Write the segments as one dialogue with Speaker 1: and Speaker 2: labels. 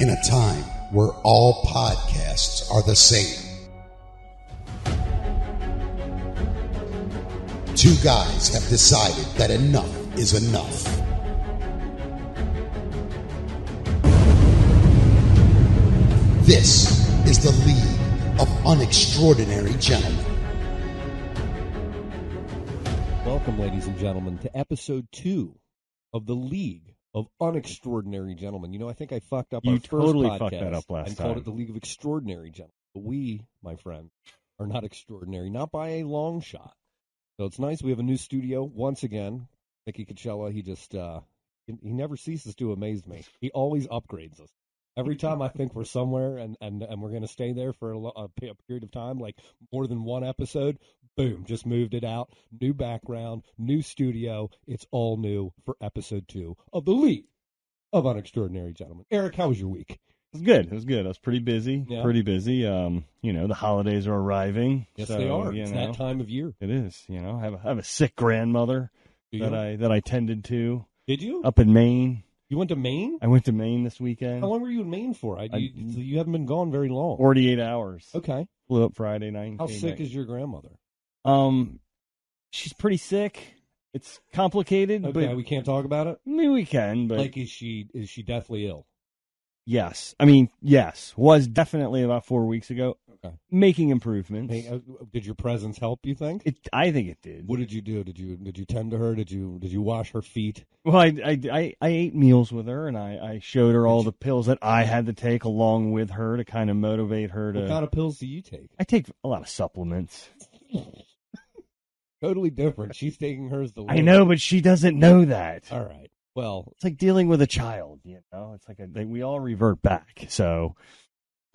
Speaker 1: in a time where all podcasts are the same. Two guys have decided that enough is enough. This is the League of Unextraordinary Gentlemen.
Speaker 2: Welcome, ladies and gentlemen, to episode two of the League of Unextraordinary Gentlemen. You know, I think I fucked up
Speaker 3: You
Speaker 2: our first
Speaker 3: totally
Speaker 2: podcast
Speaker 3: fucked that up last
Speaker 2: and called
Speaker 3: time.
Speaker 2: it the League of Extraordinary Gentlemen. But we, my friend, are not extraordinary, not by a long shot. So it's nice we have a new studio once again. Mickey Coachella, he just uh, he, he never ceases to amaze me. He always upgrades us. Every time I think we're somewhere and, and, and we're going to stay there for a, lo- a pe- a period of time, like more than one episode, boom, just moved it out. New background, new studio. It's all new for episode two of The League of Unextraordinary Gentlemen. Eric, how was your week?
Speaker 3: It was good. It was good. I was pretty busy.
Speaker 2: Yeah.
Speaker 3: Pretty busy. Um, you know, the holidays are arriving.
Speaker 2: Yes,
Speaker 3: so,
Speaker 2: they are.
Speaker 3: You
Speaker 2: It's
Speaker 3: know,
Speaker 2: that time of year.
Speaker 3: It is. You know, I have a, I have a sick grandmother
Speaker 2: Do you?
Speaker 3: that I Uh, that I tended to
Speaker 2: Did you?
Speaker 3: up in Maine.
Speaker 2: You went to Maine?
Speaker 3: I went to Maine this weekend.
Speaker 2: How long were you in Maine for? I,
Speaker 3: I-
Speaker 2: you, you haven't been gone very long.
Speaker 3: Forty-eight hours.
Speaker 2: okay.
Speaker 3: Flew up Friday night. and
Speaker 2: How
Speaker 3: came
Speaker 2: sick
Speaker 3: back.
Speaker 2: is your grandmother?
Speaker 3: Um, she's pretty sick. It's complicated,
Speaker 2: Okay,
Speaker 3: but
Speaker 2: we can't talk about it.
Speaker 3: I mean, we can. But
Speaker 2: Like, is she is she deathly ill?
Speaker 3: yes, I mean yes, was definitely about four weeks ago.
Speaker 2: Okay.
Speaker 3: Making improvements.
Speaker 2: Hey, uh, did your presence help? You think?
Speaker 3: it, I think it did.
Speaker 2: What did you do? Did you did you tend to her? Did you did you wash her feet?
Speaker 3: Well, I, I, I, I ate meals with her, and I, I showed her all the pills that I had to take along with her to kind of motivate her to.
Speaker 2: What kind of pills do you take?
Speaker 3: I take a lot of supplements.
Speaker 2: Totally different. She's taking hers. The
Speaker 3: I know, but she doesn't know that.
Speaker 2: All right. Well,
Speaker 3: It's like dealing with a child, you know. It's like a, they, we all revert back. So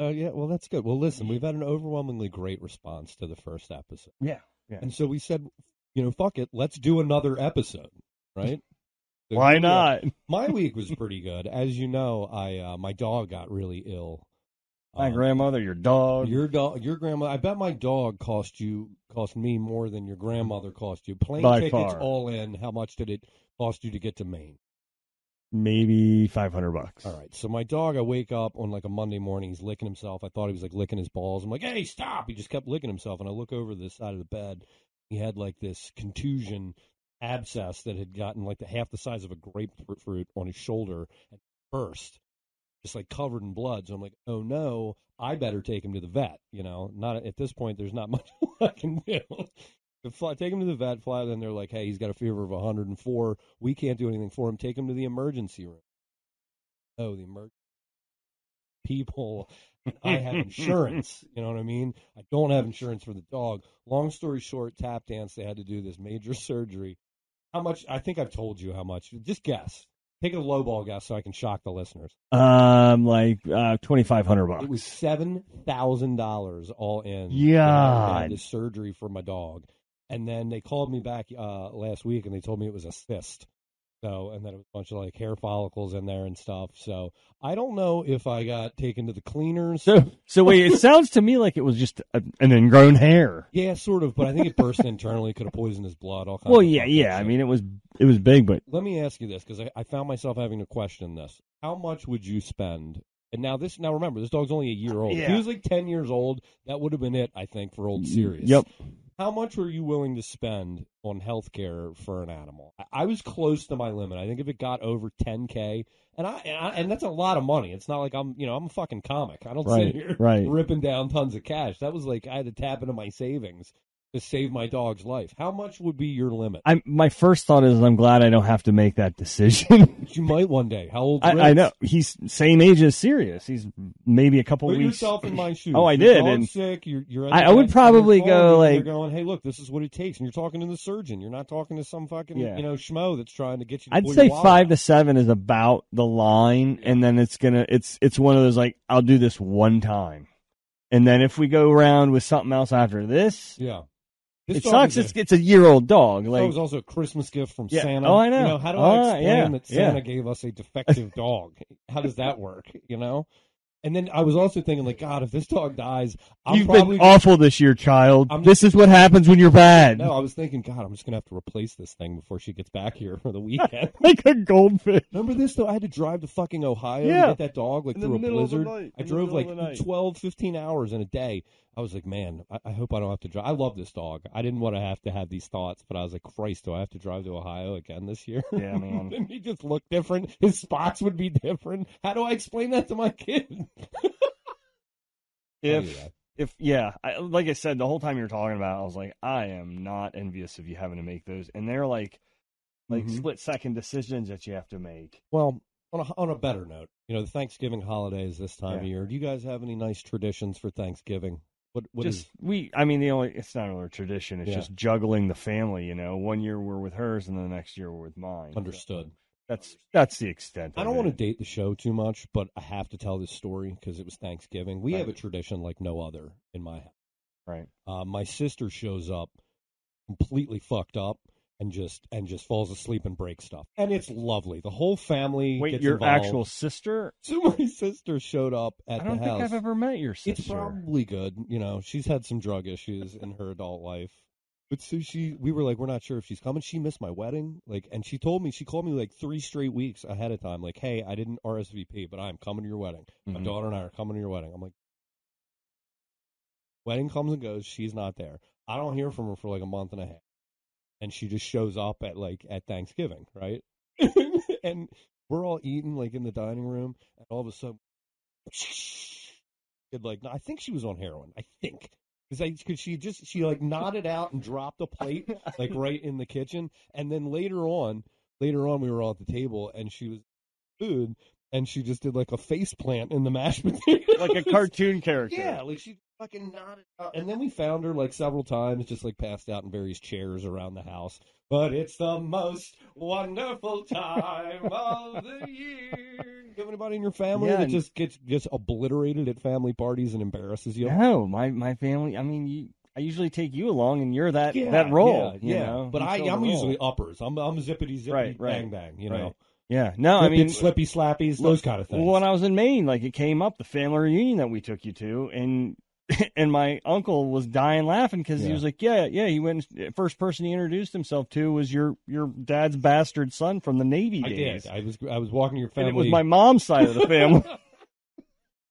Speaker 2: uh, yeah. Well, that's good. Well, listen, we've had an overwhelmingly great response to the first episode,
Speaker 3: yeah, yeah.
Speaker 2: and so we said, you know, fuck it, let's do another episode, right? So
Speaker 3: Why
Speaker 2: here we are.
Speaker 3: not?
Speaker 2: My week was pretty good, as you know. I uh, my dog got really ill.
Speaker 3: My
Speaker 2: Um,
Speaker 3: grandmother, your dog.
Speaker 2: Your dog, your grandma. I bet my dog cost you, cost me more than your grandmother cost you. Plane
Speaker 3: By
Speaker 2: tickets
Speaker 3: far.
Speaker 2: all in. How much did it cost you to get to Maine?
Speaker 3: maybe five hundred bucks.
Speaker 2: All right. So my dog, I wake up on like a Monday morning. He's licking himself. I thought he was like licking his balls. I'm like, hey, stop! He just kept licking himself. And I look over the side of the bed. He had like this contusion abscess that had gotten like the half the size of a grapefruit on his shoulder and burst, just like covered in blood. So I'm like, oh no, I better take him to the vet. You know, not at this point. There's not much I can do. To Fly, take him to the vet. Fly. Then they're like, hey, he's got a fever of 104. We can't do anything for him. Take him to the emergency room. Oh, the emergency people. And I have insurance. you know what I mean? I don't have insurance for the dog. Long story short, tap dance. They had to do this major surgery. How much? I think I've told you how much. Just guess. Take a lowball guess so I can shock the listeners.
Speaker 3: Um, like uh, twenty five hundred bucks.
Speaker 2: It was seven thousand dollars all in.
Speaker 3: Yeah.
Speaker 2: I had this surgery for my dog, and then they called me back uh, last week and they told me it was a cyst. So, and then it was a bunch of like hair follicles in there and stuff. So, I don't know if I got taken to the cleaners.
Speaker 3: So so wait, it sounds to me like it was just a, an ingrown hair.
Speaker 2: yeah, sort of, but I think it burst internally. Could have poisoned his blood. All kinds
Speaker 3: Well,
Speaker 2: of
Speaker 3: yeah,
Speaker 2: fucked up
Speaker 3: yeah. I
Speaker 2: shit.
Speaker 3: mean, it was it was big, but
Speaker 2: let me ask you this because I, I found myself having to question this. How much would you spend? And now this, now remember, this dog's only a year old. If he
Speaker 3: Yeah.
Speaker 2: was like ten years old, that would have been it, I think, for old serious.
Speaker 3: Yep.
Speaker 2: How much were you willing to spend on health care for an animal? I, I was close to my limit. I think if it got over ten k, and I, and I and that's a lot of money. It's not like I'm, you know, I'm a fucking comic. I don't sit
Speaker 3: Right,
Speaker 2: here
Speaker 3: right.
Speaker 2: ripping down tons of cash. That was like I had to tap into my savings to save my dog's life. How much would be your limit?
Speaker 3: I my first thought is I'm glad I don't have to make that decision.
Speaker 2: You might one day. How old?
Speaker 3: I, I know he's same age as Sirius. He's maybe a couple
Speaker 2: Put
Speaker 3: weeks.
Speaker 2: yourself in my shoes.
Speaker 3: Oh, I
Speaker 2: Your
Speaker 3: did,
Speaker 2: dog's
Speaker 3: and
Speaker 2: sick. You're, you're at
Speaker 3: I-
Speaker 2: the
Speaker 3: I would
Speaker 2: vet,
Speaker 3: probably
Speaker 2: you're calling,
Speaker 3: go,
Speaker 2: and
Speaker 3: like-
Speaker 2: you're going, hey, look, this is what it takes, and you're talking to the surgeon. You're not talking to some fucking
Speaker 3: Yeah.
Speaker 2: you know schmo that's trying to get you. To
Speaker 3: I'd
Speaker 2: pull
Speaker 3: say
Speaker 2: your wallet
Speaker 3: five to
Speaker 2: out.
Speaker 3: seven is about the line, and then it's gonna it's it's one of those like I'll do this one time, and then if we go around with something else after this,
Speaker 2: Yeah, This
Speaker 3: it
Speaker 2: dog
Speaker 3: sucks.
Speaker 2: is a-
Speaker 3: It's it's a year old dog.
Speaker 2: That
Speaker 3: Like
Speaker 2: was also a Christmas gift from
Speaker 3: Yeah.
Speaker 2: Santa.
Speaker 3: Oh, I know.
Speaker 2: You know how do
Speaker 3: Oh,
Speaker 2: I explain
Speaker 3: yeah,
Speaker 2: that
Speaker 3: yeah.
Speaker 2: Santa gave us a defective dog? How does that work? You know, And then I was also thinking, like, God, if this dog dies, I'm
Speaker 3: You've
Speaker 2: probably
Speaker 3: been awful this year, child.
Speaker 2: I'm-
Speaker 3: this is what happens when you're bad.
Speaker 2: no. I was thinking, God, I'm just gonna have to replace this thing before she gets back here for the weekend.
Speaker 3: Like a goldfish.
Speaker 2: Remember this though? I had to drive to fucking Ohio
Speaker 3: Yeah.
Speaker 2: to get that dog like
Speaker 3: In the
Speaker 2: through a
Speaker 3: middle of the
Speaker 2: blizzard.
Speaker 3: night,
Speaker 2: I
Speaker 3: in the
Speaker 2: drove
Speaker 3: middle of the
Speaker 2: like
Speaker 3: night.
Speaker 2: 12, 15 hours in a day. I was like, man, I, I hope I don't have to drive. I love this dog. I didn't want to have to have these thoughts, but I was like, Christ, do I have to drive to Ohio again this year?
Speaker 3: Yeah, man.
Speaker 2: Didn't he just look different? His spots would be different. How do I explain that to my kid?
Speaker 3: If
Speaker 2: Anyway.
Speaker 3: if yeah, I, like I said, the whole time you were talking about, it, I was like, I am not envious of you having to make those, and they're like, like
Speaker 2: Mhm.
Speaker 3: split second decisions that you have to make.
Speaker 2: Well, on a, on a better note, you know, the Thanksgiving holiday is this time of
Speaker 3: Yeah.
Speaker 2: year. Do you guys have any nice traditions for Thanksgiving? What what is
Speaker 3: just we, I mean, the only it's not really a tradition. It's
Speaker 2: Yeah.
Speaker 3: just juggling the family. You know, one year we're with hers, and then the next year we're with mine.
Speaker 2: understood?
Speaker 3: That's that's the extent.
Speaker 2: I
Speaker 3: of
Speaker 2: don't
Speaker 3: it.
Speaker 2: want to date the show too much, but I have to tell this story because it was Thanksgiving. We have a
Speaker 3: Right.
Speaker 2: tradition like no other in my house.
Speaker 3: Right.
Speaker 2: Uh, my sister shows up completely fucked up and just and just falls asleep and breaks stuff, and it's lovely. The whole family.
Speaker 3: Wait,
Speaker 2: gets
Speaker 3: your
Speaker 2: involved.
Speaker 3: actual sister?
Speaker 2: So my sister showed up at
Speaker 3: I don't
Speaker 2: the house.
Speaker 3: think I've ever met your sister.
Speaker 2: It's probably good. You know, she's had some drug issues in her adult life. But so she, we were like, we're not sure if she's coming. She missed my wedding, like, and she told me she called me like three straight weeks ahead of time, like, hey, I didn't RSVP, but I'm coming to your wedding. My
Speaker 3: Mhm.
Speaker 2: daughter and I are coming to your wedding. I'm like, wedding comes and goes. She's not there. I don't hear from her for like a month and a half, and she just shows up at like at Thanksgiving, right? and we're all eating like in the dining room, and all of a sudden, it, like I think she was on heroin. I think because because she just she like nodded out and dropped a plate like right in the kitchen, and then later on, later on, we were all at the table, and she was food. And she just did like a face plant in the mashed potatoes,
Speaker 3: like a cartoon character.
Speaker 2: yeah, like she fucking nodded out. And then we found her like several times, just like passed out in various chairs around the house. But it's the most wonderful time of the year. You have anybody in your family
Speaker 3: Yeah,
Speaker 2: that
Speaker 3: and-
Speaker 2: just gets just obliterated at family parties and embarrasses you?
Speaker 3: No, my my family. I mean, you, I usually take you along, and you're that
Speaker 2: Yeah,
Speaker 3: that role.
Speaker 2: yeah,
Speaker 3: you
Speaker 2: yeah.
Speaker 3: know?
Speaker 2: but
Speaker 3: You
Speaker 2: I,
Speaker 3: fill the
Speaker 2: I'm
Speaker 3: role.
Speaker 2: usually uppers. I'm, I'm zippity zippity
Speaker 3: Right, right,
Speaker 2: bang bang. You
Speaker 3: right.
Speaker 2: know,
Speaker 3: yeah. No, I
Speaker 2: Whippets,
Speaker 3: mean,
Speaker 2: slippy slappies, those kind of things.
Speaker 3: when I was in Maine, like it came up the family reunion that we took you to, and and my uncle was dying laughing because
Speaker 2: Yeah.
Speaker 3: he was like, yeah, yeah, he went. First person he introduced himself to was your your dad's bastard son from the Navy
Speaker 2: I
Speaker 3: days.
Speaker 2: did. I was I was walking your
Speaker 3: And
Speaker 2: family.
Speaker 3: it was my mom's side of the family.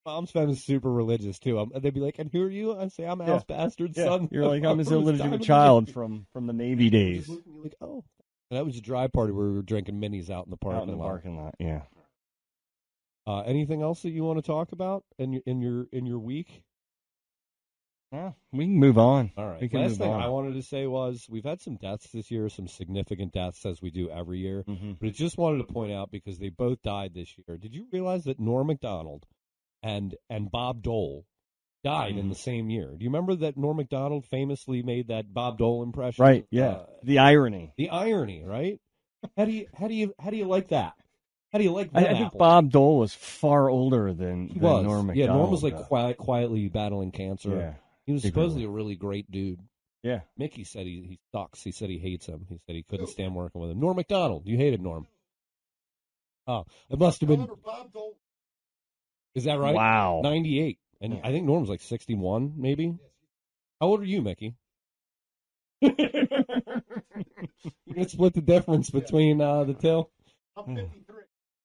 Speaker 2: Mom's family's super religious too. Um, they'd be like, "And who are you?" I say, "I'm
Speaker 3: Yeah.
Speaker 2: Al's bastard
Speaker 3: Yeah.
Speaker 2: son."
Speaker 3: You're like, I'm his
Speaker 2: From his time
Speaker 3: illegitimate
Speaker 2: of the
Speaker 3: child
Speaker 2: Navy."
Speaker 3: from from the Navy days.
Speaker 2: Just look at me like, oh. And that was a dry party where we were drinking minis out in the park.
Speaker 3: Out in the parking lot. Yeah.
Speaker 2: Uh, anything else that you want to talk about in your in your in your week?
Speaker 3: Yeah. We can move on.
Speaker 2: All right.
Speaker 3: We can
Speaker 2: Last
Speaker 3: move
Speaker 2: thing
Speaker 3: on.
Speaker 2: I wanted to say was we've had some deaths this year, some significant deaths as we do every year.
Speaker 3: Mm-hmm.
Speaker 2: But I just wanted to point out because they both died this year. Did you realize that Norm Macdonald and and Bob Dole died in
Speaker 3: Mhm.
Speaker 2: the same year? Do you remember that Norm Macdonald famously made that Bob Dole impression?
Speaker 3: Right. Yeah.
Speaker 2: Uh,
Speaker 3: the irony.
Speaker 2: the irony, right? How do you how do you how do you like that? How do you like
Speaker 3: I,
Speaker 2: that?
Speaker 3: I think Bob Dole was far older than,
Speaker 2: he
Speaker 3: than
Speaker 2: was.
Speaker 3: Norm McDonald.
Speaker 2: yeah, Norm was like
Speaker 3: though.
Speaker 2: quiet, quietly battling cancer.
Speaker 3: yeah.
Speaker 2: He was
Speaker 3: Big
Speaker 2: supposedly a really great dude.
Speaker 3: Yeah.
Speaker 2: Mickey said he, he sucks. He said he hates him. He said he couldn't stand working with him. Norm McDonald, you hated Norm. Oh, it must have been.
Speaker 1: However, Bob Dole,
Speaker 2: Is that right?
Speaker 3: Wow.
Speaker 2: 98. And
Speaker 3: Yeah.
Speaker 2: I think Norm's like 61, maybe. How old are you, Mickey? We're going to split the difference between uh, the two. Hmm.
Speaker 1: I'm 53.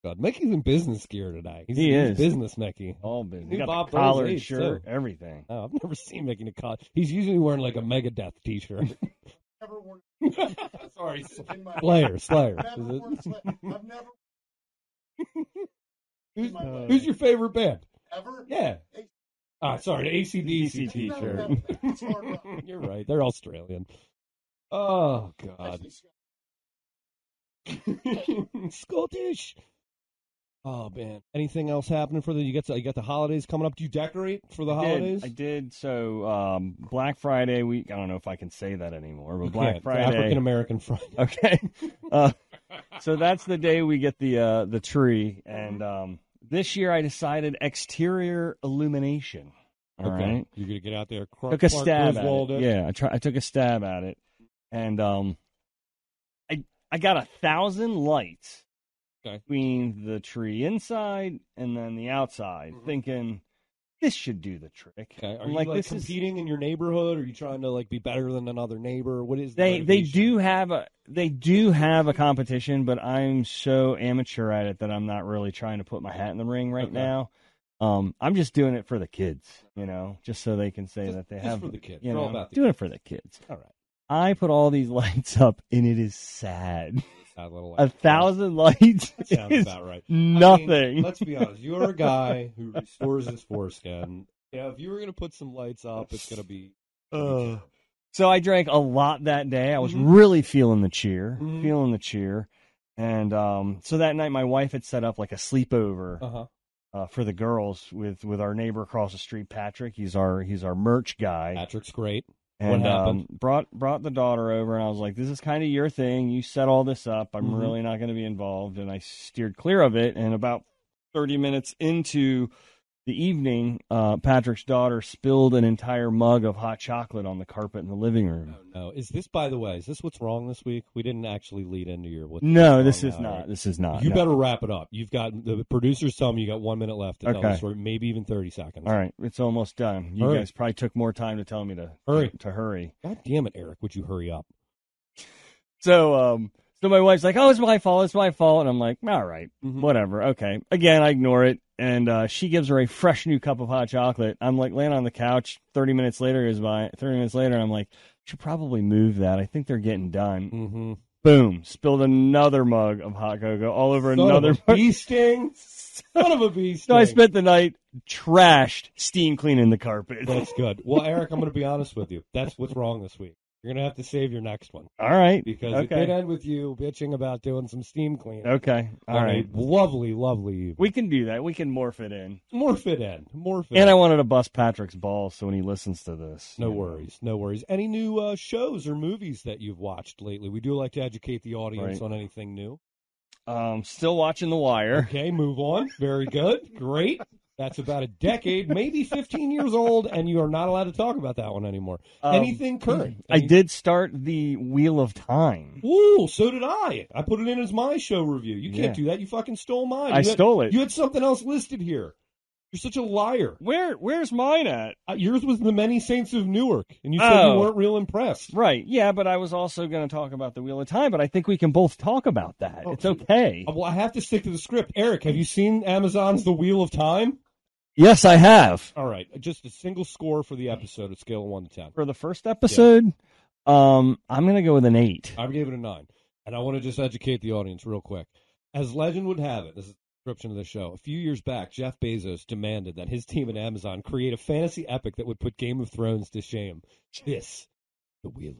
Speaker 2: God, Mickey's in business gear today. He's,
Speaker 3: He
Speaker 2: he's
Speaker 3: is.
Speaker 2: business, Mickey.
Speaker 3: All business.
Speaker 2: New
Speaker 3: He got
Speaker 2: Bob
Speaker 3: the
Speaker 2: Dole's
Speaker 3: collar
Speaker 2: age,
Speaker 3: shirt,
Speaker 2: too.
Speaker 3: everything.
Speaker 2: Oh, I've never seen Mickey in a college. He's usually wearing like a Megadeth t-shirt.
Speaker 1: Never worn
Speaker 2: Sorry,
Speaker 1: in my
Speaker 2: Slayer, Slayer.
Speaker 1: Never
Speaker 2: Is it?
Speaker 1: worn sweat. I've never
Speaker 2: Who's,
Speaker 1: my
Speaker 3: life.
Speaker 2: who's your favorite band?
Speaker 1: ever.
Speaker 2: Yeah. Ah, sorry, ACDC.
Speaker 3: DC.
Speaker 1: It's not
Speaker 3: T-shirt.
Speaker 1: about that. It's hard rock.
Speaker 2: You're right. They're Australian. Oh God,
Speaker 1: Actually, Scott,
Speaker 2: Scottish. Oh man, anything else happening for the? You got the, you got the holidays coming up. Do you decorate for the
Speaker 3: I did,
Speaker 2: holidays?
Speaker 3: I did. So um, Black Friday week. I don't know if I can say that anymore, but
Speaker 2: You
Speaker 3: Black
Speaker 2: can't. African
Speaker 3: Friday.
Speaker 2: American Friday.
Speaker 3: Okay. Uh, so that's the day we get the uh, the tree, and um, this year I decided exterior illumination. All right.
Speaker 2: you're gonna get out there. Clark,
Speaker 3: Took a
Speaker 2: Clark
Speaker 3: stab at
Speaker 2: Griswold
Speaker 3: it. Yeah, I try, I took a stab at it, and um, I I got a thousand lights
Speaker 2: Okay.
Speaker 3: between the tree inside and then the outside,
Speaker 2: Mhm.
Speaker 3: thinking this should do the trick.
Speaker 2: Okay. Are
Speaker 3: I'm
Speaker 2: you like,
Speaker 3: this is-
Speaker 2: competing in your neighborhood? Are you trying to like be better than another neighbor? What is the
Speaker 3: they they
Speaker 2: motivation?
Speaker 3: do have a they do have a competition, but I'm so amateur at it that I'm not really trying to put my hat in the ring right
Speaker 2: Okay.
Speaker 3: now. Um, I'm just doing it for the kids, you know, just so they can say
Speaker 2: Just-
Speaker 3: that they
Speaker 2: just
Speaker 3: have
Speaker 2: for the kids.
Speaker 3: You
Speaker 2: We're
Speaker 3: know,
Speaker 2: all about the
Speaker 3: doing it for the kids.
Speaker 2: All right.
Speaker 3: I put all these lights up, and it is sad.
Speaker 2: Sad little
Speaker 3: A
Speaker 2: life.
Speaker 3: thousand
Speaker 2: Oh
Speaker 3: lights
Speaker 2: That sounds
Speaker 3: is
Speaker 2: about right. I mean,
Speaker 3: nothing.
Speaker 2: let's be honest. You're a guy who restores his foreskin. Yeah, if you were gonna put some lights up, it's gonna be.
Speaker 3: Uh, so I drank a lot that day. I was
Speaker 2: Mhm.
Speaker 3: really feeling the cheer,
Speaker 2: Mhm.
Speaker 3: feeling the cheer. And um, so that night, my wife had set up like a sleepover
Speaker 2: Uh huh.
Speaker 3: uh, for the girls with with our neighbor across the street, Patrick. He's our he's our merch guy.
Speaker 2: Patrick's great.
Speaker 3: And
Speaker 2: what happened?
Speaker 3: Um, brought brought the daughter over, and I was like, "This is kind of your thing. You set all this up. I'm
Speaker 2: Mhm.
Speaker 3: really not going to be involved." And I steered clear of it. And about 30 minutes into the evening, uh, Patrick's daughter spilled an entire mug of hot chocolate on the carpet in the living room.
Speaker 2: Oh no. Is this by the way? Is this what's wrong this week? We didn't actually lead into your. What
Speaker 3: No,
Speaker 2: wrong
Speaker 3: this is
Speaker 2: now, right?
Speaker 3: not. This is not.
Speaker 2: You
Speaker 3: no.
Speaker 2: better wrap it up. You've got the producers tell me you got one minute left to tell
Speaker 3: Okay.
Speaker 2: the story, maybe even thirty seconds.
Speaker 3: All right, it's almost done. You
Speaker 2: Hurry.
Speaker 3: guys probably took more time to tell me to
Speaker 2: Hurry.
Speaker 3: to hurry.
Speaker 2: God damn it, Eric! Would you hurry up?
Speaker 3: So, um, so my wife's like, "Oh, it's my fault. It's my fault," and I'm like, "All right,
Speaker 2: Mhm.
Speaker 3: whatever. Okay." Again, I ignore it, and uh, she gives her a fresh new cup of hot chocolate. I'm like laying on the couch. Thirty minutes later goes by. Thirty minutes later, I'm like, "Should probably move that. I think they're getting done."
Speaker 2: Mm-hmm.
Speaker 3: Boom! Spilled another mug of hot cocoa all over another.
Speaker 2: of a bee sting. Son of a bee
Speaker 3: So
Speaker 2: sting.
Speaker 3: I spent the night trashed, steam cleaning the carpet.
Speaker 2: That's good. Well, Eric, I'm going to be honest with you. That's what's wrong this week. You're going to have to save your next one
Speaker 3: All right.
Speaker 2: because it
Speaker 3: Okay.
Speaker 2: did end with you bitching about doing some steam cleaning.
Speaker 3: Okay. All
Speaker 2: on a
Speaker 3: right.
Speaker 2: lovely, lovely evening.
Speaker 3: We can do that. We can morph it in.
Speaker 2: Morph it in. Morph it.
Speaker 3: And I
Speaker 2: in.
Speaker 3: wanted to bust Patrick's balls so when he listens to this.
Speaker 2: No
Speaker 3: you know.
Speaker 2: worries, no worries. Any new uh, shows or movies that you've watched lately? We do like to educate the audience
Speaker 3: Right.
Speaker 2: on anything new.
Speaker 3: Um, still watching The Wire.
Speaker 2: Okay, move on. Very good. Great. That's about a decade, maybe 15 years old, and you are not allowed to talk about that one anymore.
Speaker 3: Um,
Speaker 2: Anything current?
Speaker 3: I
Speaker 2: Any-
Speaker 3: did start the Wheel of Time.
Speaker 2: Ooh, so did I. I put it in as my show review. You can't do
Speaker 3: Yeah.
Speaker 2: that. You fucking stole mine.
Speaker 3: I
Speaker 2: you had,
Speaker 3: stole it.
Speaker 2: You had something else listed here. You're such a liar.
Speaker 3: Where where's mine at?
Speaker 2: Uh, yours was the many saints of Newark, and you said you
Speaker 3: Oh.
Speaker 2: weren't real impressed.
Speaker 3: Right. Yeah, but I was also going to talk about the Wheel of Time, but I think we can both talk about that.
Speaker 2: Oh.
Speaker 3: It's okay.
Speaker 2: Uh, Well, I have to stick to the script. Eric, have you seen Amazon's The Wheel of Time?
Speaker 3: Yes, I have.
Speaker 2: All right, just a single score for the episode, a scale of one to ten.
Speaker 3: For the first episode, um, I'm going to go with an 8.
Speaker 2: I gave it a nine, and I want to just educate the audience real quick. As legend would have it, this is the description of the show. A few years back, Jeff Bezos demanded that his team at Amazon create a fantasy epic that would put Game of Thrones to shame. This, the wheel.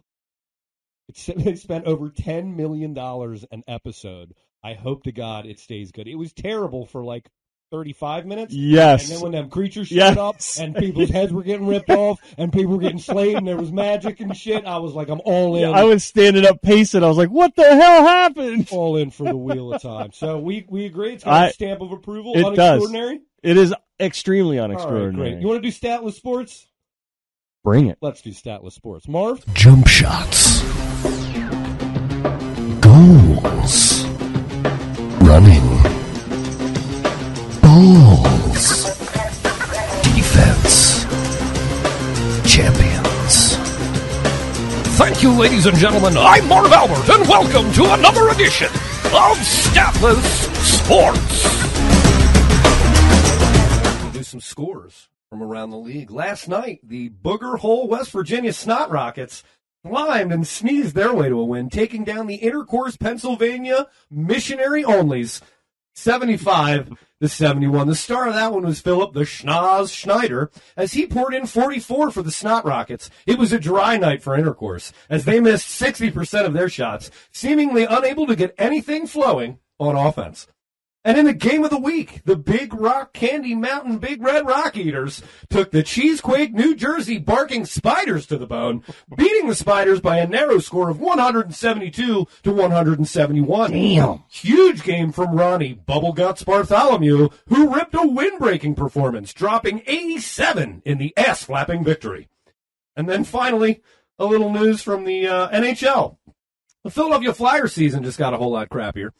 Speaker 2: It's, they spent over ten million dollars an episode. I hope to God it stays good. It was terrible for like thirty-five minutes.
Speaker 3: Yes.
Speaker 2: And then when them creatures showed
Speaker 3: Yes.
Speaker 2: up and people's heads were getting ripped off and people were getting slayed and there was magic and shit, I was like, I'm all in.
Speaker 3: Yeah, I was standing up pacing. I was like, "What the hell happened?"
Speaker 2: all in for the wheel of time. So we we agree it's got a
Speaker 3: I-
Speaker 2: stamp of approval.
Speaker 3: it does.
Speaker 2: unextraordinary.
Speaker 3: It is extremely
Speaker 2: All right,
Speaker 3: unextraordinary.
Speaker 2: great. You want to do statless sports?
Speaker 3: Bring it.
Speaker 2: Let's do statless sports. Marv,
Speaker 1: Jump shots. Goals. Running. Balls. Defense. Champions.
Speaker 4: Thank you, ladies and gentlemen. I'm Marv Albert, and welcome to another edition of Statless Sports. Do some scores from around the league. Last night, the Booger Hole West Virginia Snot Rockets climbed and sneezed their way to a win, taking down the Intercourse, Pennsylvania Missionary Onlys 75 to 71. The star of that one was Philip the Schnoz Schneider as he poured in 44 for the Snot Rockets. It was a dry night for intercourse as they missed 60% of their shots, seemingly unable to get anything flowing on offense. And in the game of the week, the Big Rock Candy Mountain Big Red Rock Eaters took the Cheesequake New Jersey barking spiders to the bone, beating the spiders by a narrow score of 172 to 171. Damn. Huge game from Ronnie Bubbleguts Bartholomew, who ripped a windbreaking performance, dropping 87 in the ass-flapping victory. And then finally, a little news from the uh, NHL. The Philadelphia Flyer season just got a whole lot crappier.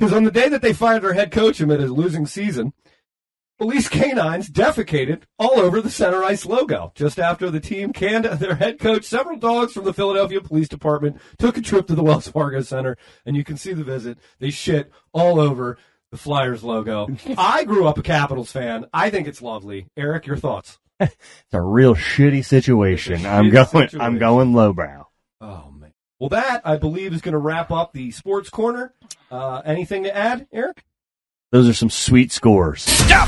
Speaker 2: Because on the day that they fired their head coach amid a losing season, police canines defecated all over the Center Ice logo. Just after the team canned their head coach, several dogs from the Philadelphia Police Department took a trip to the Wells Fargo Center, and you can see the visit. They shit all over the Flyers logo. I grew up a Capitals fan. I think it's lovely. Eric, your thoughts?
Speaker 3: It's a real shitty situation.
Speaker 2: It's a
Speaker 3: I'm
Speaker 2: shitty
Speaker 3: going.
Speaker 2: situation.
Speaker 3: I'm going lowbrow.
Speaker 2: Oh man. Well, that I believe is going to wrap up the sports corner. Uh, anything to add, Eric?
Speaker 3: Those are some sweet scores.
Speaker 2: Now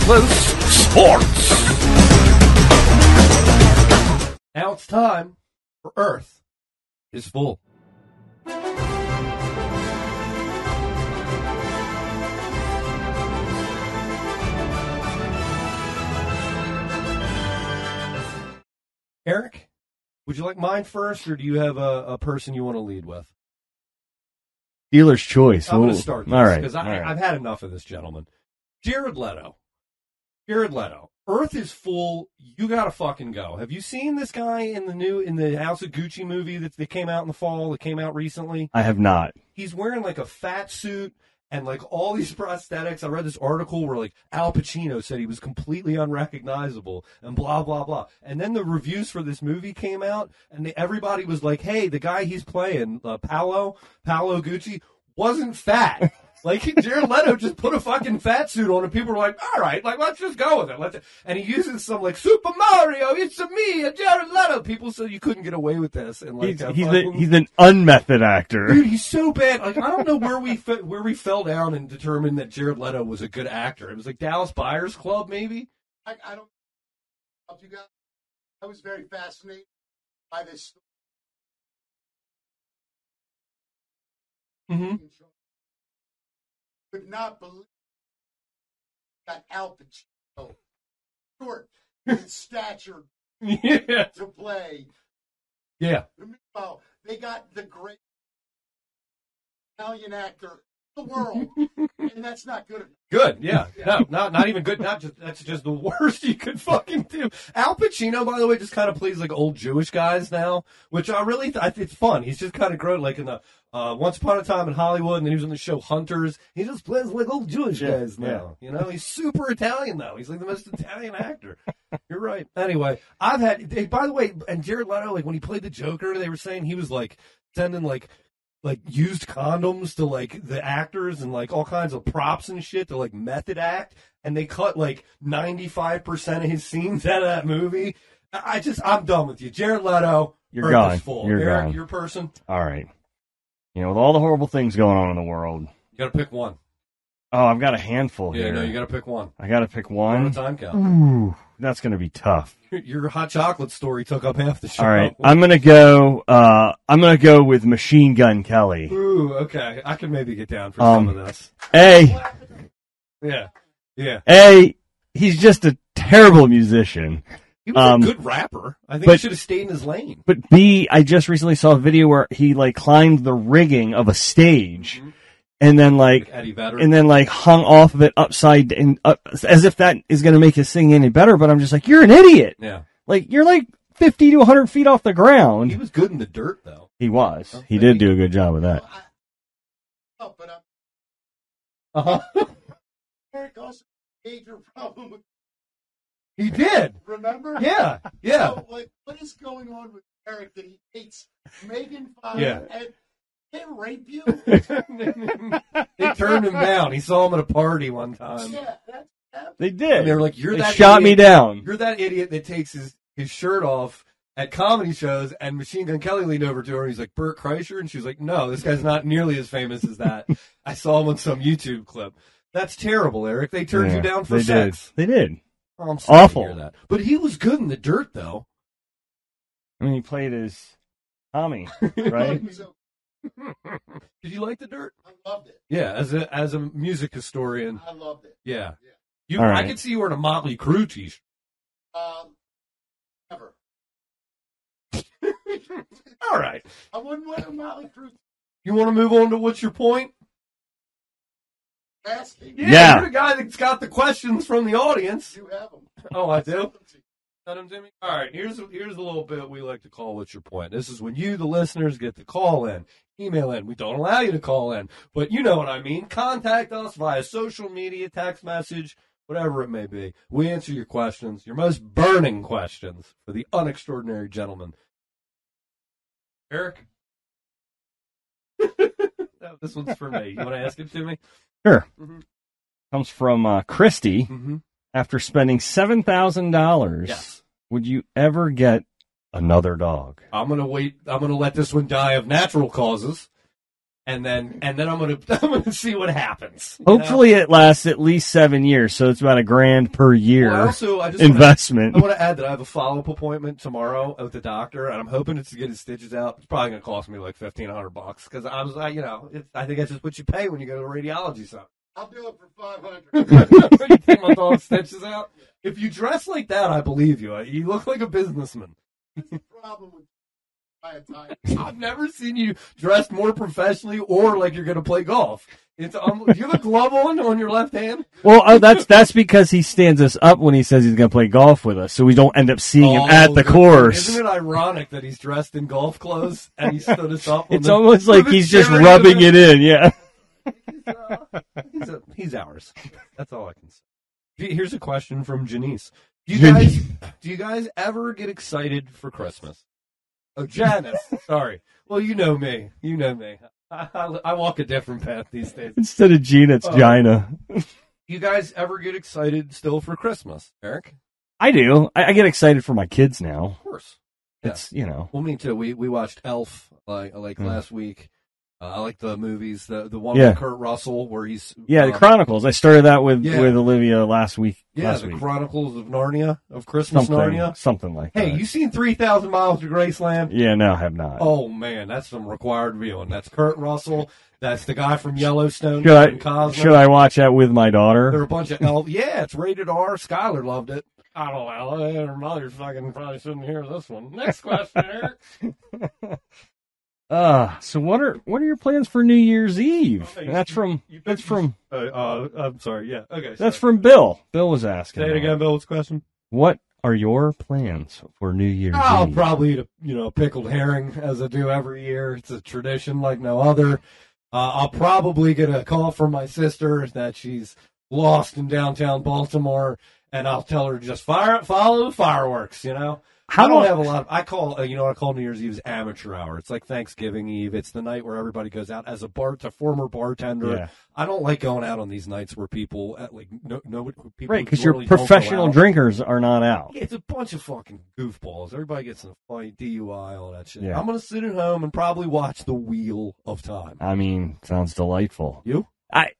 Speaker 2: it's time for Earth is full. Eric, would you like mine first, or do you have a, a person you want to lead with?
Speaker 3: Dealer's choice.
Speaker 2: I'm going
Speaker 3: We'll-
Speaker 2: to start this
Speaker 3: all right.
Speaker 2: because I,
Speaker 3: all right.
Speaker 2: I've had enough of this gentleman. Jared Leto. Jared Leto. Earth is full. You got to fucking go. Have you seen this guy in the new in the House of Gucci movie that that came out in the fall? That came out recently.
Speaker 3: I have not.
Speaker 2: He's wearing like a fat suit and like all these prosthetics. I read this article where like Al Pacino said he was completely unrecognizable and blah blah blah. And then the reviews for this movie came out, and they, everybody was like, "Hey, the guy he's playing, uh, Paolo Paolo Gucci, wasn't fat." Like Jared Leto just put a fucking fat suit on, and people were like, "All right, like let's just go with it." Let's and he uses some like Super Mario, it's a me, and Jared Leto. People said you couldn't get away with this, and like
Speaker 3: He's,
Speaker 2: a
Speaker 3: he's, a,
Speaker 2: fucking-
Speaker 3: he's an unmethod actor.
Speaker 2: Dude, he's so bad. Like I don't know where we fe- where we fell down and determined that Jared Leto was a good actor. It was like Dallas Buyers Club, maybe.
Speaker 5: I, I don't help you guys. I was very fascinated by this
Speaker 2: Mm-hmm.
Speaker 5: story. Could not believe that Al Pacino, short in stature,
Speaker 2: Yeah,
Speaker 5: to play.
Speaker 2: yeah.
Speaker 5: Meanwhile, they got the great Italian actor in the world, and that's not good enough.
Speaker 2: Good, yeah. No, not not even good. Not just that's just the worst you could fucking do. Al Pacino, by the way, just kind of plays like old Jewish guys now, which I really th- I, it's fun. He's just kind of grown like in the uh, Once Upon a Time in Hollywood, and then he was on the show Hunters. He just plays like old Jewish
Speaker 6: Yeah,
Speaker 2: guys now. You know, he's super Italian though. He's like the most Italian actor. You're right. Anyway, I've had. They, by the way, and Jared Leto, like when he played the Joker, they were saying he was like sending like like used condoms to like the actors and like all kinds of props and shit to like method act and they cut like 95% of his scenes out of that movie i I just i'm done with you jared leto
Speaker 3: You're
Speaker 2: Earth
Speaker 3: gone.
Speaker 2: is full.
Speaker 3: You're
Speaker 2: Eric,
Speaker 3: gone.
Speaker 2: your person
Speaker 3: All right. You know, with all the horrible things going on in the world.
Speaker 2: you gotta pick one
Speaker 3: Oh, I've got a handful
Speaker 2: yeah
Speaker 3: here. Mm-hmm.
Speaker 2: no you gotta pick one
Speaker 3: I got to pick
Speaker 2: on a
Speaker 3: one.
Speaker 2: time count
Speaker 3: Ooh, that's going to be tough.
Speaker 2: your hot chocolate story took up half the show
Speaker 3: All right, I'm gonna go. Uh, I'm gonna go with Machine Gun Kelly.
Speaker 2: ooh okay i can maybe get down for
Speaker 3: Um,
Speaker 2: some of this
Speaker 3: A,
Speaker 2: yeah yeah
Speaker 3: a, he's just a terrible musician.
Speaker 2: he was
Speaker 3: um,
Speaker 2: a good rapper i think he
Speaker 3: but-
Speaker 2: should have stayed in his lane
Speaker 3: But B, I just recently saw a video where he like climbed the rigging of a stage,
Speaker 2: Mhm.
Speaker 3: and then like,
Speaker 2: like eddie vedder
Speaker 3: and then like hung off of it upside and up, as if that is gonna make his singing any better. But I'm just like, you're an idiot.
Speaker 2: yeah
Speaker 3: Like you're like 50 to 100 feet off the
Speaker 2: he
Speaker 3: ground.
Speaker 2: was good in the dirt though
Speaker 3: He was.
Speaker 2: Oh,
Speaker 3: He
Speaker 2: thank
Speaker 3: did do a good job with that.
Speaker 5: I, oh, but I'm,
Speaker 2: uh-huh
Speaker 5: Eric also major problem with
Speaker 2: he did
Speaker 5: remember?
Speaker 2: Yeah, yeah.
Speaker 5: So, like, what is going on with Eric that he hates Megan Fox
Speaker 2: Yeah.
Speaker 5: and they rape you?
Speaker 2: they turned him down. He saw him at a party one time.
Speaker 5: yeah, that's that.
Speaker 3: They
Speaker 2: And they
Speaker 3: did.
Speaker 2: were like, "You're
Speaker 3: They
Speaker 2: that
Speaker 3: shot me
Speaker 2: idiot-
Speaker 3: down.
Speaker 2: You're that idiot that takes his, his shirt off at comedy shows." And Machine Gun Kelly leaned over to her. and He's like, "Burt Kreischer," and she was like, "No, this guy's not nearly as famous as that." I saw him on some YouTube clip. That's terrible, Eric. They turned you
Speaker 3: Yeah,
Speaker 2: down for
Speaker 3: they
Speaker 2: sex.
Speaker 3: Did. They did.
Speaker 2: Oh, I'm sorry
Speaker 3: Awful.
Speaker 2: To hear that. But he was good in the dirt, though.
Speaker 3: I mean, he played as Tommy, right?
Speaker 5: So
Speaker 2: Did you like the dirt?
Speaker 5: I loved it.
Speaker 2: Yeah, as a as a music historian,
Speaker 5: I loved it.
Speaker 2: yeah. You,
Speaker 3: All right.
Speaker 2: I could see you wearing a Motley Crue t-shirt.
Speaker 5: Um, never.
Speaker 2: All right.
Speaker 5: I wouldn't want a Motley Crue
Speaker 2: You want to move on to what's your point?
Speaker 5: asking.
Speaker 3: Yeah.
Speaker 2: You're the guy that's got the questions from the audience.
Speaker 5: You have them.
Speaker 2: Oh, I do? Cut him, Jimmy. All right, here's here's a little bit we like to call "What's Your Point." This is when you, the listeners, get to call in, email in. We don't allow you to call in, but you know what I mean. Contact us via social media, text message, whatever it may be. We answer your questions, your most burning questions for the unextraordinary gentleman, Eric. No, this one's for me. You want to ask it to me?
Speaker 3: Comes from uh, Christy.
Speaker 2: Mm-hmm.
Speaker 3: After spending seven thousand dollars,
Speaker 2: Yes.
Speaker 3: would you ever get another dog?
Speaker 2: I'm gonna wait. I'm gonna let this one die of natural causes, and then and then I'm gonna I'm gonna see what happens. you know?
Speaker 3: Hopefully, it lasts at least seven years, so it's about a grand per year
Speaker 2: Well, I also, I just wanna-
Speaker 3: investment.
Speaker 2: I want to add that I have a follow up appointment tomorrow at the doctor, and I'm hoping it's to get his stitches out. It's probably gonna cost me like fifteen hundred bucks because I was, I, you know, it's, I think that's just what you pay when you go to a radiology center.
Speaker 5: I'll do it for 500.
Speaker 2: you take my dog's stitches out. If you dress like that, I believe you. You look like a businessman.
Speaker 5: That's the problem with my attire.
Speaker 2: I've never seen you dressed more professionally or like you're gonna play golf. It's um, do you have a glove on on your left hand?
Speaker 3: Well, oh, that's that's because he stands us up when he says he's going to play golf with us, so we don't end up seeing him at the
Speaker 2: good.
Speaker 3: course.
Speaker 2: Isn't Oh, it ironic that he's dressed in golf clothes and he stood us up? on
Speaker 3: It's
Speaker 2: the-
Speaker 3: almost like
Speaker 2: with a
Speaker 3: he's just
Speaker 2: charity
Speaker 3: rubbing
Speaker 2: event?
Speaker 3: it in. Yeah.
Speaker 2: He's, a, he's ours. That's all I can say. Gee, Here's a question from Janice. Do you guys do you guys ever get excited for Christmas? Oh, Janice. Sorry. Well, you know me. You know me. I, I, I walk a different path these days.
Speaker 3: Instead of Gina, it's
Speaker 2: Oh.
Speaker 3: Gina.
Speaker 2: You guys ever get excited still for Christmas, Eric?
Speaker 3: I do. I, I get excited for my kids now.
Speaker 2: Of course.
Speaker 3: It's you know.
Speaker 2: Well, me too. We we watched Elf like like
Speaker 3: Mm.
Speaker 2: last week. Uh, I like the movies. The the one
Speaker 3: Yeah.
Speaker 2: with Kurt Russell where he's
Speaker 3: Yeah, the
Speaker 2: uh,
Speaker 3: Chronicles. I started that with
Speaker 2: Yeah.
Speaker 3: with Olivia last week.
Speaker 2: Yeah,
Speaker 3: last
Speaker 2: the
Speaker 3: week.
Speaker 2: Chronicles of Narnia of Christmas
Speaker 3: something,
Speaker 2: Narnia.
Speaker 3: something like
Speaker 2: Hey,
Speaker 3: that.
Speaker 2: you seen Three Thousand Miles to Graceland?
Speaker 3: Yeah, no, I have not.
Speaker 2: Oh man, that's some required viewing. That's Kurt Russell. That's the guy from Yellowstone.
Speaker 3: should
Speaker 2: Kevin
Speaker 3: I
Speaker 2: Costner.
Speaker 3: should I watch that with my
Speaker 2: There are
Speaker 3: daughter?
Speaker 2: a bunch of elf. Yeah, it's rated R. Skyler loved it. I don't know. Her mother fucking probably shouldn't hear this one. Next question, Eric.
Speaker 3: Uh, so what are what are your plans for New Year's Eve?
Speaker 2: Oh, you-
Speaker 3: That's from
Speaker 2: you-
Speaker 3: that's from
Speaker 2: uh, uh, I'm sorry. Yeah. Okay.
Speaker 3: that's
Speaker 2: sorry.
Speaker 3: from Bill. Bill was asking.
Speaker 2: Say it
Speaker 3: that.
Speaker 2: again, Bill. What's the question?
Speaker 3: What are your plans for New Year's
Speaker 2: I'll
Speaker 3: Eve?
Speaker 2: probably eat a you know pickled herring as I do every year. It's a tradition like no other. Uh, I'll probably get a call from my sister that she's lost in downtown Baltimore, and I'll tell her just fire follow the fireworks. You know, I
Speaker 3: How do
Speaker 2: don't
Speaker 3: I-
Speaker 2: have a lot. Of, I call uh, you know what I call New Year's Eve is amateur hour. It's like Thanksgiving Eve. It's the night where everybody goes out as a bar a former bartender.
Speaker 3: Yeah.
Speaker 2: I don't like going out on these nights where people uh, like no no people
Speaker 3: Right, because
Speaker 2: who
Speaker 3: your
Speaker 2: normally don't go
Speaker 3: professional
Speaker 2: out.
Speaker 3: drinkers are not out.
Speaker 2: It's a bunch of fucking goofballs. Everybody gets in a fight, DUI, all that shit.
Speaker 3: Yeah.
Speaker 2: I'm gonna sit at home and probably watch the Wheel of Time.
Speaker 3: I mean, sounds delightful.
Speaker 2: You?
Speaker 3: I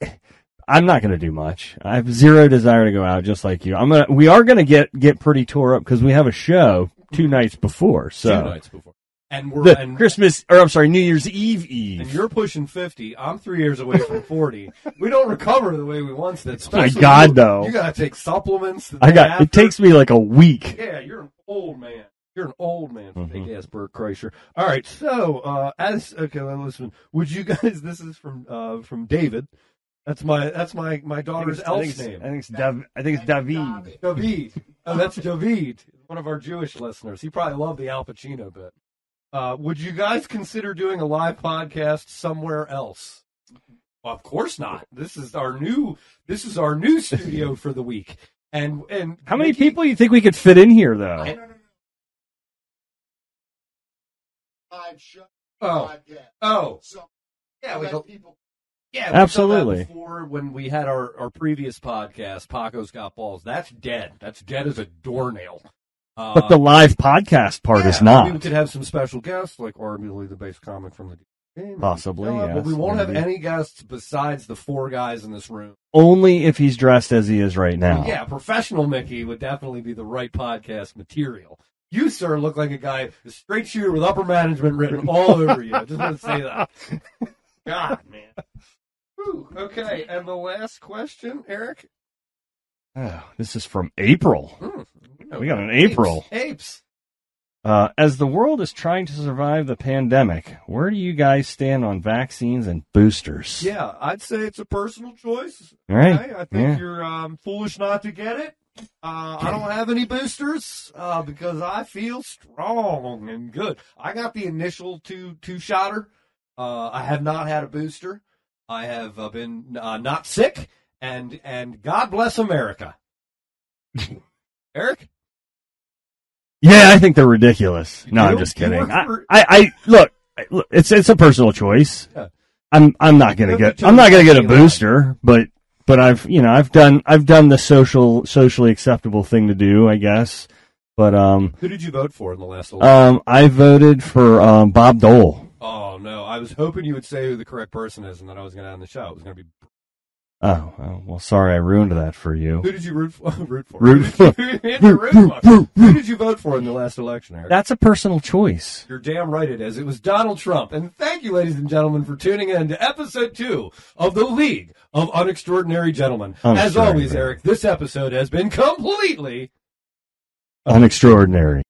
Speaker 3: I'm not going to do much. I have zero desire to go out, just like you. I'm gonna. We are going to get get pretty tore up because we have a show two nights before. So
Speaker 2: Two nights before, and we're
Speaker 3: the
Speaker 2: and,
Speaker 3: Christmas, or I'm sorry, New Year's Eve Eve.
Speaker 2: and you're pushing fifty. I'm three years away from forty. we don't recover the way we once did.
Speaker 3: My
Speaker 2: especially
Speaker 3: God,
Speaker 2: you,
Speaker 3: though.
Speaker 2: you gotta take supplements. the
Speaker 3: I
Speaker 2: day
Speaker 3: got.
Speaker 2: after.
Speaker 3: It takes me like a week.
Speaker 2: Yeah, you're an old man. You're an old man,
Speaker 3: Mhm.
Speaker 2: big ass Bert Kreischer. All right, so uh, as okay, now listen. Would you guys? This is from uh, from David. That's my that's my my daughter's elf's name.
Speaker 3: it's Dav, I think it's David.
Speaker 2: David. Oh, that's David, one of our Jewish listeners. He probably loved the Al Pacino bit. Uh, would you guys consider doing a live podcast somewhere else? of course not. This is our new this is our new studio for the week. And and
Speaker 3: How many
Speaker 2: Mickey-
Speaker 3: people you think we could fit in here, though?
Speaker 5: No, no, no, no. Live show,
Speaker 2: Oh,
Speaker 5: podcast.
Speaker 2: oh,
Speaker 5: So
Speaker 2: yeah, we
Speaker 5: let
Speaker 2: go-
Speaker 5: people
Speaker 2: yeah, we've done that
Speaker 3: Absolutely.
Speaker 2: Before when we had our our previous podcast, Paco's got balls. That's dead. That's dead as a doornail. Uh,
Speaker 3: But the live podcast part is
Speaker 2: Yeah,
Speaker 3: not.
Speaker 2: We could have some special guests, like arguably the base comic from the game. Uh,
Speaker 3: Possibly,
Speaker 2: But we
Speaker 3: yes,
Speaker 2: won't have
Speaker 3: maybe.
Speaker 2: any guests besides the four guys in this room.
Speaker 3: Only if he's dressed as he is right now.
Speaker 2: Yeah, professional Mickey would definitely be the right podcast material. You, sir, look like a guy, a straight shooter with upper management written all over you. I just want to say that. God, man. Whew, okay, and the last question, Eric.
Speaker 3: Oh, this is from April.
Speaker 2: Hmm,
Speaker 3: We got an April.
Speaker 2: Apes. apes.
Speaker 3: Uh, as the world is trying to survive the pandemic, where do you guys stand on vaccines and boosters?
Speaker 2: Yeah, I'd say it's a personal choice.
Speaker 3: All right.
Speaker 2: Okay, I think
Speaker 3: Yeah.
Speaker 2: you're um, foolish not to get it. Uh, I don't have any boosters uh, because I feel strong and good. I got the initial two two shotter. Uh, I have not had a booster. I have uh, been uh, not sick, and and God bless America. Eric,
Speaker 3: Yeah, I think they're ridiculous.
Speaker 2: You
Speaker 3: No, I'm
Speaker 2: do?
Speaker 3: just
Speaker 2: You
Speaker 3: kidding.
Speaker 2: work
Speaker 3: I,
Speaker 2: for-
Speaker 3: I, I look, I- look, it's it's a personal choice.
Speaker 2: Yeah.
Speaker 3: I'm I'm not gonna
Speaker 2: You're
Speaker 3: get
Speaker 2: the
Speaker 3: I'm not gonna get a
Speaker 2: typical
Speaker 3: booster, but but I've you know I've done I've done the social socially acceptable thing to do, I guess. But um
Speaker 2: who did you vote for in the last election?
Speaker 3: um I voted for um Bob Dole.
Speaker 2: oh no, I was hoping you would say who the correct person is, and that I was going to end the show. It was going to be
Speaker 3: Oh oh, well, sorry I ruined that for you.
Speaker 2: who did you root for? root for?
Speaker 3: Root for.
Speaker 2: Who did you root for? Who did you vote for in the last election, Eric?
Speaker 3: That's a personal choice.
Speaker 2: You're damn right it is. It was Donald Trump. And thank you, ladies and gentlemen, for tuning in to episode two of the League of Unextraordinary Gentlemen. As
Speaker 3: Unextraordinary.
Speaker 2: always, Eric, this episode has been completely
Speaker 3: Unextraordinary.